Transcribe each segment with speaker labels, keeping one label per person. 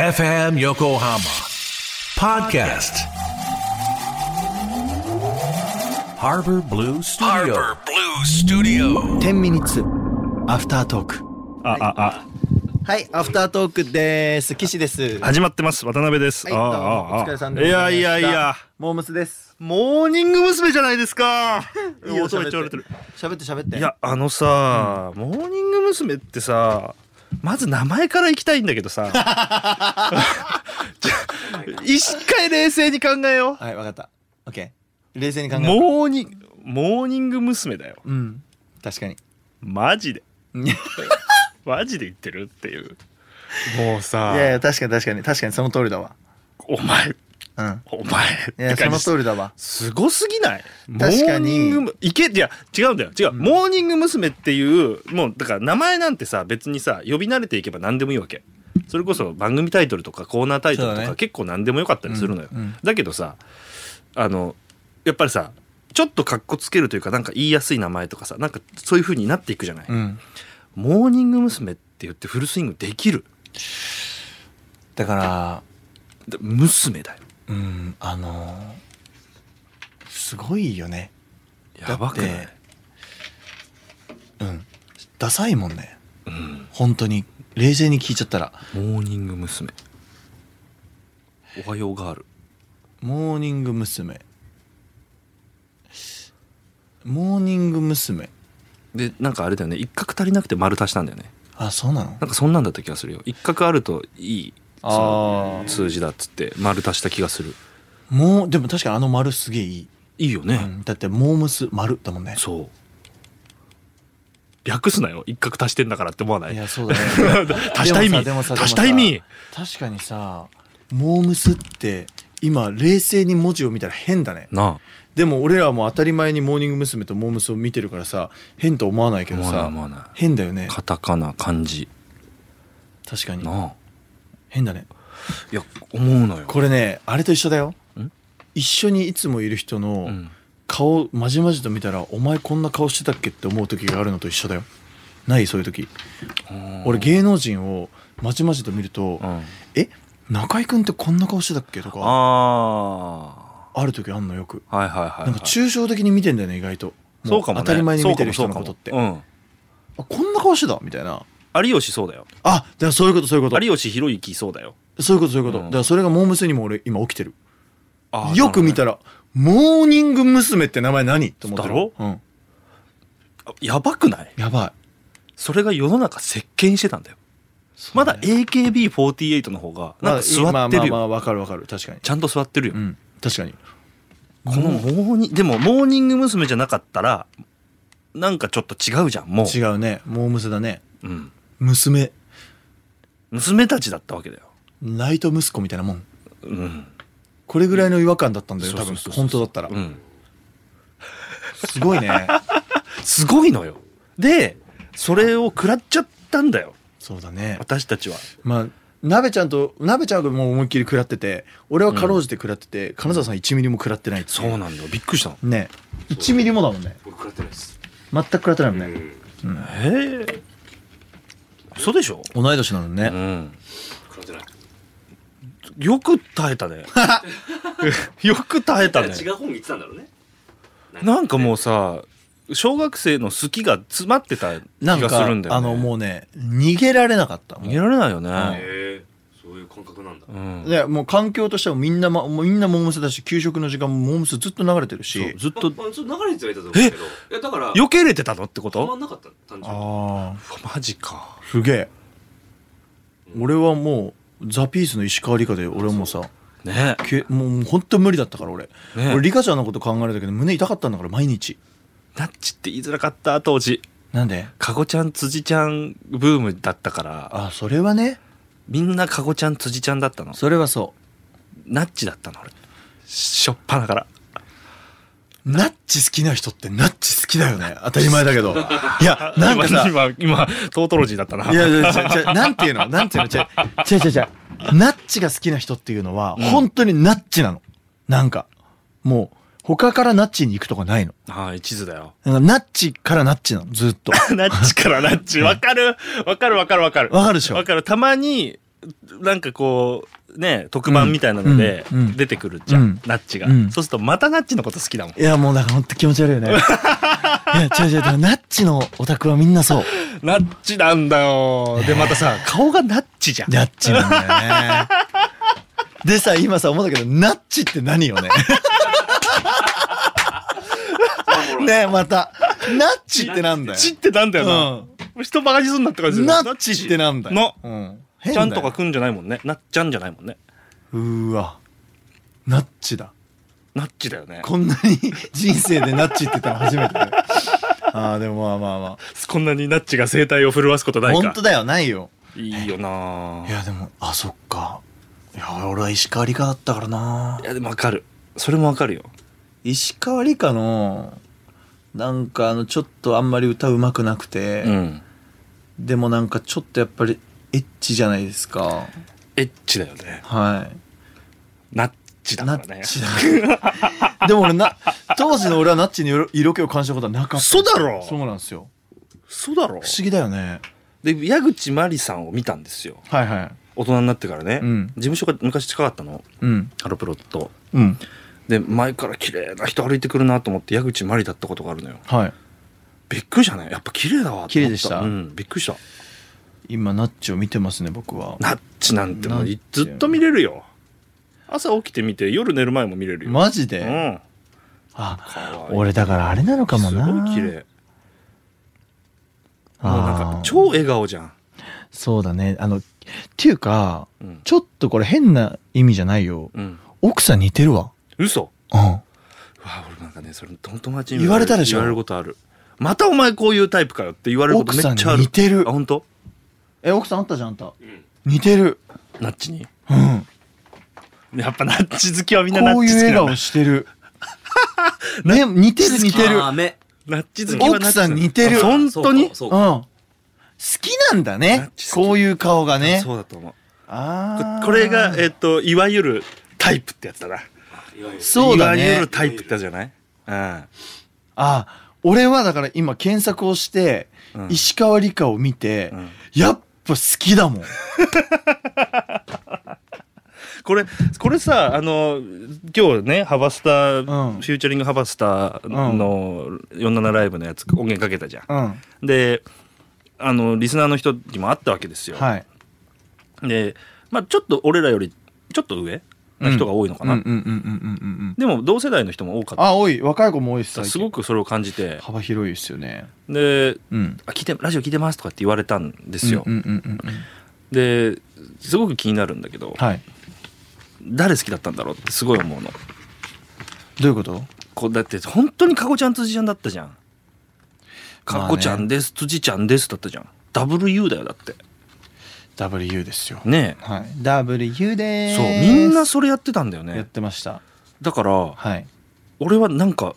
Speaker 1: FM Yokohama Podcast Harbor Blue Studio
Speaker 2: Harbor Blue Studio.
Speaker 3: 10ミニッツアフタートーク
Speaker 4: あああ
Speaker 3: はいアフタートークです岸です
Speaker 4: 始まってます渡辺です。
Speaker 3: はい
Speaker 4: あ
Speaker 3: どうも
Speaker 4: ああ
Speaker 3: お疲れさんでご
Speaker 4: いや
Speaker 3: ざいました
Speaker 4: いやいや
Speaker 3: モームスです
Speaker 4: モーニング娘じゃないですか。
Speaker 3: いいよ
Speaker 4: 音めっちゃ折れてる。
Speaker 3: 喋って喋って
Speaker 4: いやあのさ、モーニング娘ってさまず名前から行きたいんだけ どさ。じゃあ一回冷静に考えよ
Speaker 3: はいわかったオッケー冷静に考
Speaker 4: う。
Speaker 3: えよ
Speaker 4: モーニングモーニング娘だよ。
Speaker 3: ううん確 かに
Speaker 4: マジで
Speaker 3: いや
Speaker 4: マジで言ってるっていう。もうさ
Speaker 3: いや確かに確かに確かにその通りだわ
Speaker 4: お前
Speaker 3: うん
Speaker 4: お前
Speaker 3: いや
Speaker 4: っ
Speaker 3: そ
Speaker 4: て感
Speaker 3: の
Speaker 4: じ
Speaker 3: 通りだわ
Speaker 4: すごすぎない
Speaker 3: 確かに
Speaker 4: モーニングむいけいや違うんだよ違う、モーニング娘。っていうもうだから名前なんてさ別にさ呼び慣れていけば何でもいいわけそれこそ番組タイトルとかコーナータイトルと
Speaker 3: そうだ
Speaker 4: か、
Speaker 3: ね
Speaker 4: 結構何でもよかったりするのよ、
Speaker 3: うんうん
Speaker 4: だけどさあのやっぱりさちょっとかっこつけるというかなんか言いやすい名前とかさなんかそういう風になっていくじゃない、
Speaker 3: うん
Speaker 4: モーニング娘。って言ってフルスイングできる
Speaker 3: だから
Speaker 4: だ娘だよ
Speaker 3: うんあのーすごいよね
Speaker 4: やばく
Speaker 3: だ
Speaker 4: な
Speaker 3: っ
Speaker 4: い
Speaker 3: てうんダサいもんね
Speaker 4: うん
Speaker 3: 本当に冷静に聞いちゃったら
Speaker 4: モーニング娘。おはようガール
Speaker 3: モーニング娘。モーニング娘。
Speaker 4: でなんかあれだよね一角足りなくて丸足したんだよね
Speaker 3: あ、そうなの
Speaker 4: なんかそんなんだった気がするよ一角あるといいその
Speaker 3: あー
Speaker 4: 数字だっつって丸足した気がする
Speaker 3: もう、でも確かにあの丸すげえいい。
Speaker 4: いいよ
Speaker 3: う
Speaker 4: ね、
Speaker 3: ん、だって、モームス丸だもんね。
Speaker 4: そう略すなよ一角足してんだからって思わないい
Speaker 3: や、そうだね。
Speaker 4: 足した意 味
Speaker 3: でもさでもさ
Speaker 4: 足した意味
Speaker 3: でもさ確かにさ、モームスって、今、冷静に文字を見たら変だね。
Speaker 4: なあ
Speaker 3: でも、俺らはもう当たり前にモーニング娘。とモームスを見てるからさ、変と思わないけど
Speaker 4: 思わない
Speaker 3: さ
Speaker 4: 思、わな
Speaker 3: 変だよね
Speaker 4: い。カタカナ漢字
Speaker 3: 確かに。
Speaker 4: なあ
Speaker 3: 変だね。
Speaker 4: いや思うのよ
Speaker 3: これね、あれと一緒だよ
Speaker 4: ん。
Speaker 3: 一緒にいつもいる人の、
Speaker 4: うん
Speaker 3: 顔まじまじと見たらお前こんな顔してたっけって思う時があるのと一緒だよないそういう時俺芸能人をまじまじと見ると
Speaker 4: うん
Speaker 3: え中居君ってこんな顔してたっけとか
Speaker 4: あ
Speaker 3: ある時あんのよく
Speaker 4: あはいはいはい、はい、
Speaker 3: なんか抽象的に見てんだよね意外と
Speaker 4: そうかも、
Speaker 3: う
Speaker 4: ね、
Speaker 3: 当たり前に見てる
Speaker 4: そ
Speaker 3: 人
Speaker 4: う
Speaker 3: の
Speaker 4: か
Speaker 3: こ
Speaker 4: も
Speaker 3: とって
Speaker 4: そうかも
Speaker 3: あこんな顔してたみたいな
Speaker 4: うん有吉そうだよ
Speaker 3: あだからそういうことそういうこと
Speaker 4: 有吉弘行そうだよ
Speaker 3: そういうことそういうこと
Speaker 4: うん
Speaker 3: だからそれがモー娘。にも俺今起きてる
Speaker 4: あー
Speaker 3: よく見たら「モーニング娘。って名前何?」と思って
Speaker 4: だ
Speaker 3: る
Speaker 4: ろ
Speaker 3: うん
Speaker 4: あやばくない
Speaker 3: やばい
Speaker 4: それが世の中席巻してたんだよまだ AKB48 の方がなんか座
Speaker 3: まあ
Speaker 4: ってるよ、
Speaker 3: まあまあわかるわかる確かに
Speaker 4: ちゃんと座ってるよ、
Speaker 3: うん確かに
Speaker 4: このモーニンでもモーニング娘。じゃなかったらなんかちょっと違うじゃんもう
Speaker 3: 違うねモームスだね
Speaker 4: うん、
Speaker 3: 娘
Speaker 4: 娘たちだったわけだよ、
Speaker 3: ナイト息子みたいなもん
Speaker 4: うん、
Speaker 3: これぐらいの違和感だったんだよ
Speaker 4: そう
Speaker 3: 多
Speaker 4: そ
Speaker 3: 分
Speaker 4: うそうそう
Speaker 3: 本当だったら、
Speaker 4: うん、
Speaker 3: すごい ね
Speaker 4: すごいのよでそれを食らっちゃったんだよ
Speaker 3: そうだね
Speaker 4: 私たちは
Speaker 3: まあ鍋ちゃんと鍋ちゃんがもう思いっきり食らってて俺はかろうじて食らってて、金沢さん1ミリも食らってないってい
Speaker 4: そうなんだよびっくりしたの
Speaker 3: ね1ミリもだもんね
Speaker 2: 僕食らってないです。
Speaker 3: 全く食らってないもんね、
Speaker 4: ええ嘘でしょ
Speaker 3: 同い年なのね、
Speaker 4: うん
Speaker 2: 食らってない。
Speaker 4: よく耐え たねよく耐えたね
Speaker 2: 違う本行ってたんだろうね。
Speaker 4: なんかもうさ小学生の好きが詰まってた気
Speaker 3: なん
Speaker 4: が
Speaker 3: か
Speaker 4: するんだよね
Speaker 3: あのもうね逃げられなかったも
Speaker 4: 逃
Speaker 3: う
Speaker 4: げられないよ
Speaker 2: へ
Speaker 4: ね、
Speaker 2: えそういう感覚なんだ。
Speaker 4: うん
Speaker 3: でもう環境としてはみんな、ま、もうみんなモームスだし給食の時間もモームスずっと流れてる
Speaker 4: そう
Speaker 3: し
Speaker 4: ずっ
Speaker 2: ま
Speaker 4: と
Speaker 2: まあちょっと流れてはいたと思うけど。いやだから
Speaker 4: 避けれてたのってこ
Speaker 2: 止ま
Speaker 4: と
Speaker 2: んなかった単純に。
Speaker 3: ああ
Speaker 4: うわマジか
Speaker 3: すげえ
Speaker 2: うん
Speaker 3: 俺はもうザ・ピースの石川理香で俺はもうさ
Speaker 4: ね
Speaker 3: けもうもう本当無理だったから俺、
Speaker 4: ね
Speaker 3: 俺理香ちゃんのこと考えるだけで胸痛かったんだから毎日
Speaker 4: ナッチって言いづらかった当時
Speaker 3: なんで
Speaker 4: かごちゃん辻ちゃんブームだったから
Speaker 3: あそれはね
Speaker 4: みんなかごちゃん辻ちゃんだったの
Speaker 3: それはそ
Speaker 4: ナッチだったの俺しょっぱなから
Speaker 3: うナッチ好きな人ってナッチ好きだよね当たり前だけ どいやなんかさ
Speaker 4: 今今今トートロジーだったない
Speaker 3: やいや、ちゃちゃ、なんていうのなんていうのちゃ、ちゃちゃちゃ、ナッチが好きな人っていうのは、本当にナッチなの。なんか、もう、他からナッチに行くとかないの。
Speaker 4: はい地図だよ
Speaker 3: なんかナッチからナッチな の、ずっと。
Speaker 4: ナッチからナッチわかるわかるわかるわかる
Speaker 3: わかるでしょ
Speaker 4: わかる。たまに、なんかこうね特番みたいなので
Speaker 3: うんうん
Speaker 4: 出てくるじゃん、
Speaker 3: うん
Speaker 4: ナッチが、
Speaker 3: うん
Speaker 4: そうするとまたナッチのこと好きだもん
Speaker 3: いやもうなんかほんと気持ち悪い よねいや違う違うだからナッチのオタクはみんなそう
Speaker 4: ナッチなんだよでまたさ顔がナッチじゃん
Speaker 3: ナッチなんだよねでさ今さ思うんだけどナッチって何 よねねえまたナッチってなんだ
Speaker 4: ナ
Speaker 3: よ
Speaker 4: ッチってなんだよな、人バカにすんなって感じだ
Speaker 3: ナ
Speaker 4: よ
Speaker 3: ッチってなんだよ
Speaker 4: な、
Speaker 3: うん、
Speaker 4: ちゃん
Speaker 3: 変
Speaker 4: とか
Speaker 3: だよ
Speaker 4: くんじゃないもんねなっちゃんじゃないもんね
Speaker 3: うーわナッチだ
Speaker 4: ナッチだよねこ
Speaker 3: こんなに人生でナッチって言ったの初めて だよああでもまあまあま
Speaker 4: んなにナッチが声帯を震わすこと
Speaker 3: あ
Speaker 4: ない
Speaker 3: 本
Speaker 4: か
Speaker 3: 当だよないよ
Speaker 4: いいよない
Speaker 3: やでもあそっかいや俺は石川理科だったからない
Speaker 4: やでもわかるそれもわかるよ
Speaker 3: 石川理科のなんかあのちょっとあんまり歌うまくなくて、
Speaker 4: うん
Speaker 3: でもなんかちょっとやっぱりエッチじゃないですか
Speaker 4: エッチだよね
Speaker 3: はい
Speaker 4: ナッチだか
Speaker 3: ナ
Speaker 4: ら
Speaker 3: ッ
Speaker 4: ね
Speaker 3: チだでも俺な当時の俺はナッチに色色気を感じたことはなかった
Speaker 4: 嘘だろ
Speaker 3: そうなんですよ
Speaker 4: そうだ
Speaker 3: 不
Speaker 4: ろ
Speaker 3: 思議だよね
Speaker 4: で矢口真理さんを見たんですよ
Speaker 3: はいはい
Speaker 4: 大人になってからね、
Speaker 3: うん
Speaker 4: 事務所が昔近かったの
Speaker 3: うん
Speaker 4: ハロプロと
Speaker 3: うん
Speaker 4: で前から綺麗な人歩いてくるなと思って矢口真理だったことがあるのよ
Speaker 3: はい
Speaker 4: びっくりじゃないやっぱ綺麗だわと思った
Speaker 3: 綺麗でした
Speaker 4: うんびっくりした
Speaker 3: 今ナッチを見てますね僕は
Speaker 4: ナッチなんてもう
Speaker 3: ナッチ
Speaker 4: ずっと見れるよ朝起きて見て夜寝る前も見れるよ、
Speaker 3: マジ
Speaker 4: う
Speaker 3: で、
Speaker 4: ん
Speaker 3: あ
Speaker 4: 可愛い
Speaker 3: 俺だからあれなのかもな
Speaker 4: すごい綺麗
Speaker 3: あー
Speaker 4: もうなんか超笑顔じゃん、
Speaker 3: そうだねあのっていうか
Speaker 4: うん
Speaker 3: ちょっとこれ変な意味じゃないよ
Speaker 4: うん、
Speaker 3: 奥さん似てるわ
Speaker 4: 嘘
Speaker 3: うん
Speaker 4: うわ俺なんかねそれ友達に
Speaker 3: 言われたでしょ
Speaker 4: 言われることあるまたお前こういうタイプかよって言われること
Speaker 3: 奥
Speaker 4: め
Speaker 3: さ
Speaker 4: っ
Speaker 3: ん
Speaker 4: ちゃあ
Speaker 3: に
Speaker 4: る
Speaker 3: 似てる
Speaker 4: あ本当
Speaker 3: え奥さんあったじゃんあんた
Speaker 2: うん
Speaker 3: 似てる
Speaker 4: ナッチに
Speaker 3: うん
Speaker 4: やっぱナッチ好きはみんなナ
Speaker 3: こう
Speaker 4: ッ
Speaker 3: い
Speaker 4: チ
Speaker 3: う
Speaker 4: 好き
Speaker 3: 笑
Speaker 4: なんだ
Speaker 3: 顔して るね似てる似てる
Speaker 2: あーめ
Speaker 4: ナッチ好きはナッチ
Speaker 3: 奥さん似てる
Speaker 4: あ本当に
Speaker 2: そうかそう
Speaker 3: う
Speaker 2: か
Speaker 3: ん。好きなんだ
Speaker 4: ナッ
Speaker 3: ね
Speaker 4: チ。好き
Speaker 3: こういう顔がね。
Speaker 4: そうだと思う
Speaker 3: ああ。
Speaker 4: これが、えっといわゆるタイプってやつだない
Speaker 2: わゆる
Speaker 3: そうだ
Speaker 4: いわゆ
Speaker 3: ね
Speaker 4: る。タイプってやつじゃないうん
Speaker 3: あ、俺はだから今検索をして、
Speaker 4: うん
Speaker 3: 石川理香を見て、
Speaker 4: うん
Speaker 3: やっぱ好きだ もん。
Speaker 4: これこれさあの今日ねハバスター、
Speaker 3: うん
Speaker 4: フューチャリングハバスターの47ライブのやつ音源かけたじゃん、
Speaker 3: うん。
Speaker 4: であのリスナーの人にもあったわけですよ、
Speaker 3: はい。
Speaker 4: で、まあ、ちょっと俺らよりちょっと上な人が多いのか
Speaker 3: うん
Speaker 4: な、
Speaker 3: うんうんうんうんうん。
Speaker 4: でも同世代の人も多かっ
Speaker 3: あ、多い。若い子も多いっす最
Speaker 4: た
Speaker 3: 近
Speaker 4: すごくそれを感じて
Speaker 3: 幅広いですよね。
Speaker 4: で
Speaker 3: うん。
Speaker 4: あ聞いて「ラジオ聞いてます」とかって言われたんですよ、
Speaker 3: うんうんうんうんうん。
Speaker 4: ですごく気になるんだけど、
Speaker 3: はい。
Speaker 4: 誰好きだったんだろうってすごい思うの
Speaker 3: どういうこと
Speaker 4: こうだって本当にカゴちゃん辻ちゃんだったじゃんカゴちゃんです、辻ちゃんですだったじゃん WU だよだって
Speaker 3: ?W ですよ。
Speaker 4: ね
Speaker 3: はい。W
Speaker 4: え
Speaker 3: でーす。
Speaker 4: そうみんなそれやってたんだよ
Speaker 3: やっ
Speaker 4: ね
Speaker 3: てました。
Speaker 4: だから
Speaker 3: はい。
Speaker 4: 俺はなんか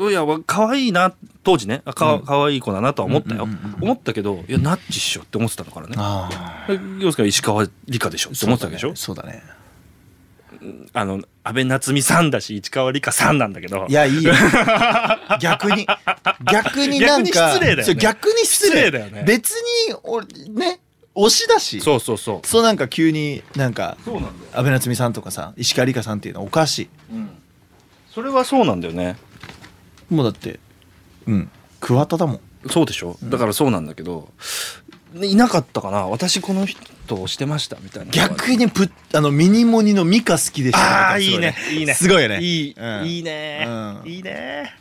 Speaker 4: いやわ可愛いな当時ねあか,、可愛い子だなとは思ったよ、
Speaker 3: うんうんうんうん
Speaker 4: 思ったけどいやナッチっしょって思ってたのからね
Speaker 3: ああ。
Speaker 4: 要するに石川理香でしょって思ってたわけでしょ、
Speaker 3: そうだね。
Speaker 4: あの安倍夏実さんだし市川理香さんなんだけど
Speaker 3: いや、いいよ。 逆に。逆になんか。
Speaker 4: 逆に失礼だよね
Speaker 3: そう逆に失礼
Speaker 4: 失礼だよね
Speaker 3: 別に、俺、ね、推しだし。
Speaker 4: そうそうそう
Speaker 3: そうなんか急になんか、
Speaker 4: そうなんだよ、
Speaker 3: 安倍夏実さんとかさ、石川梨香さんっていうのはおかし
Speaker 4: うん、それはそうなんだよね
Speaker 3: い。もうだって、うん、桑田だもん。
Speaker 4: そうでしょだからそうなんだけど、ねいなかったかな私この人をしてましたみたいな
Speaker 3: 逆にプッ、あの、ミニモニのミカ好きでした。
Speaker 4: ああいいねいいね
Speaker 3: すごいよね。
Speaker 4: いい、
Speaker 3: うん
Speaker 4: いいね、
Speaker 3: うん
Speaker 4: いいね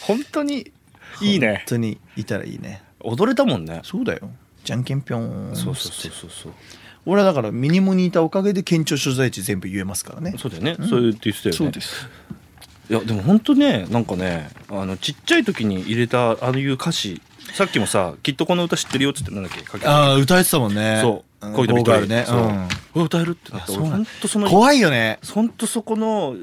Speaker 4: 本当にいい
Speaker 3: 本
Speaker 4: ね
Speaker 3: 当にいたらいいね。
Speaker 4: 踊れたもんね
Speaker 3: そうだよ。じゃんけんぴょん。
Speaker 4: そうそうそうそうそう
Speaker 3: 俺はだからミニモニいたおかげで県庁所在地全部言えますからね。
Speaker 4: そうだよね、そういうって言ってたよね
Speaker 3: す。
Speaker 4: いやでも本当ねなんかねあのちっちゃい時に入れたああいう歌詞さっきもさ「きっとこの歌知ってるよ」っつってなんだっけかけ
Speaker 3: ああ歌えてたもんね
Speaker 4: そう
Speaker 3: うん
Speaker 4: 恋の
Speaker 3: ゴーガールね
Speaker 4: そううわ歌えるってなって
Speaker 3: いやそ
Speaker 4: 俺
Speaker 3: うなん
Speaker 4: 本当その
Speaker 3: ん怖いよね
Speaker 4: ほんとそこの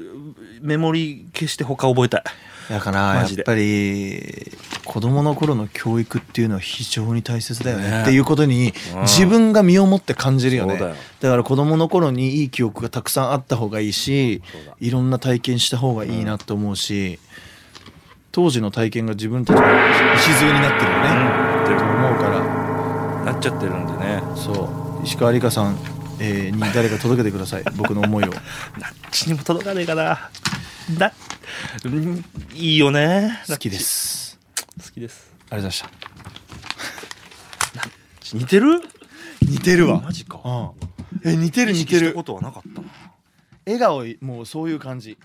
Speaker 4: メモリ消して他覚えたい
Speaker 3: だからや
Speaker 4: マ
Speaker 3: っ
Speaker 4: ジで
Speaker 3: ぱり子供の頃の教育っていうのは非常に大切だよね
Speaker 4: ね
Speaker 3: っていうことに
Speaker 4: うん
Speaker 3: 自分が身をもって感じるよね
Speaker 4: そうだよ
Speaker 3: から子供の頃にいい記憶がたくさんあった方がいいし
Speaker 4: そうだ
Speaker 3: いろんな体験した方がいいなと思うし当時の体験が自分たちの礎になってるよね
Speaker 4: な
Speaker 3: 思うから
Speaker 4: っちゃってるんでね
Speaker 3: そう石川梨香さん、えーに誰か届けてください僕の思いを
Speaker 4: ナッチにも届かねえかな。だ、うんいいよね。。
Speaker 3: 好きですす
Speaker 4: 好きです。
Speaker 3: ありがとうございました
Speaker 4: 似てる？
Speaker 3: 似てるわ
Speaker 4: マジか。
Speaker 3: うんえ似てる似て
Speaker 4: 意識した
Speaker 3: る
Speaker 4: ことはなかったな。
Speaker 3: 笑顔もうそういう感じ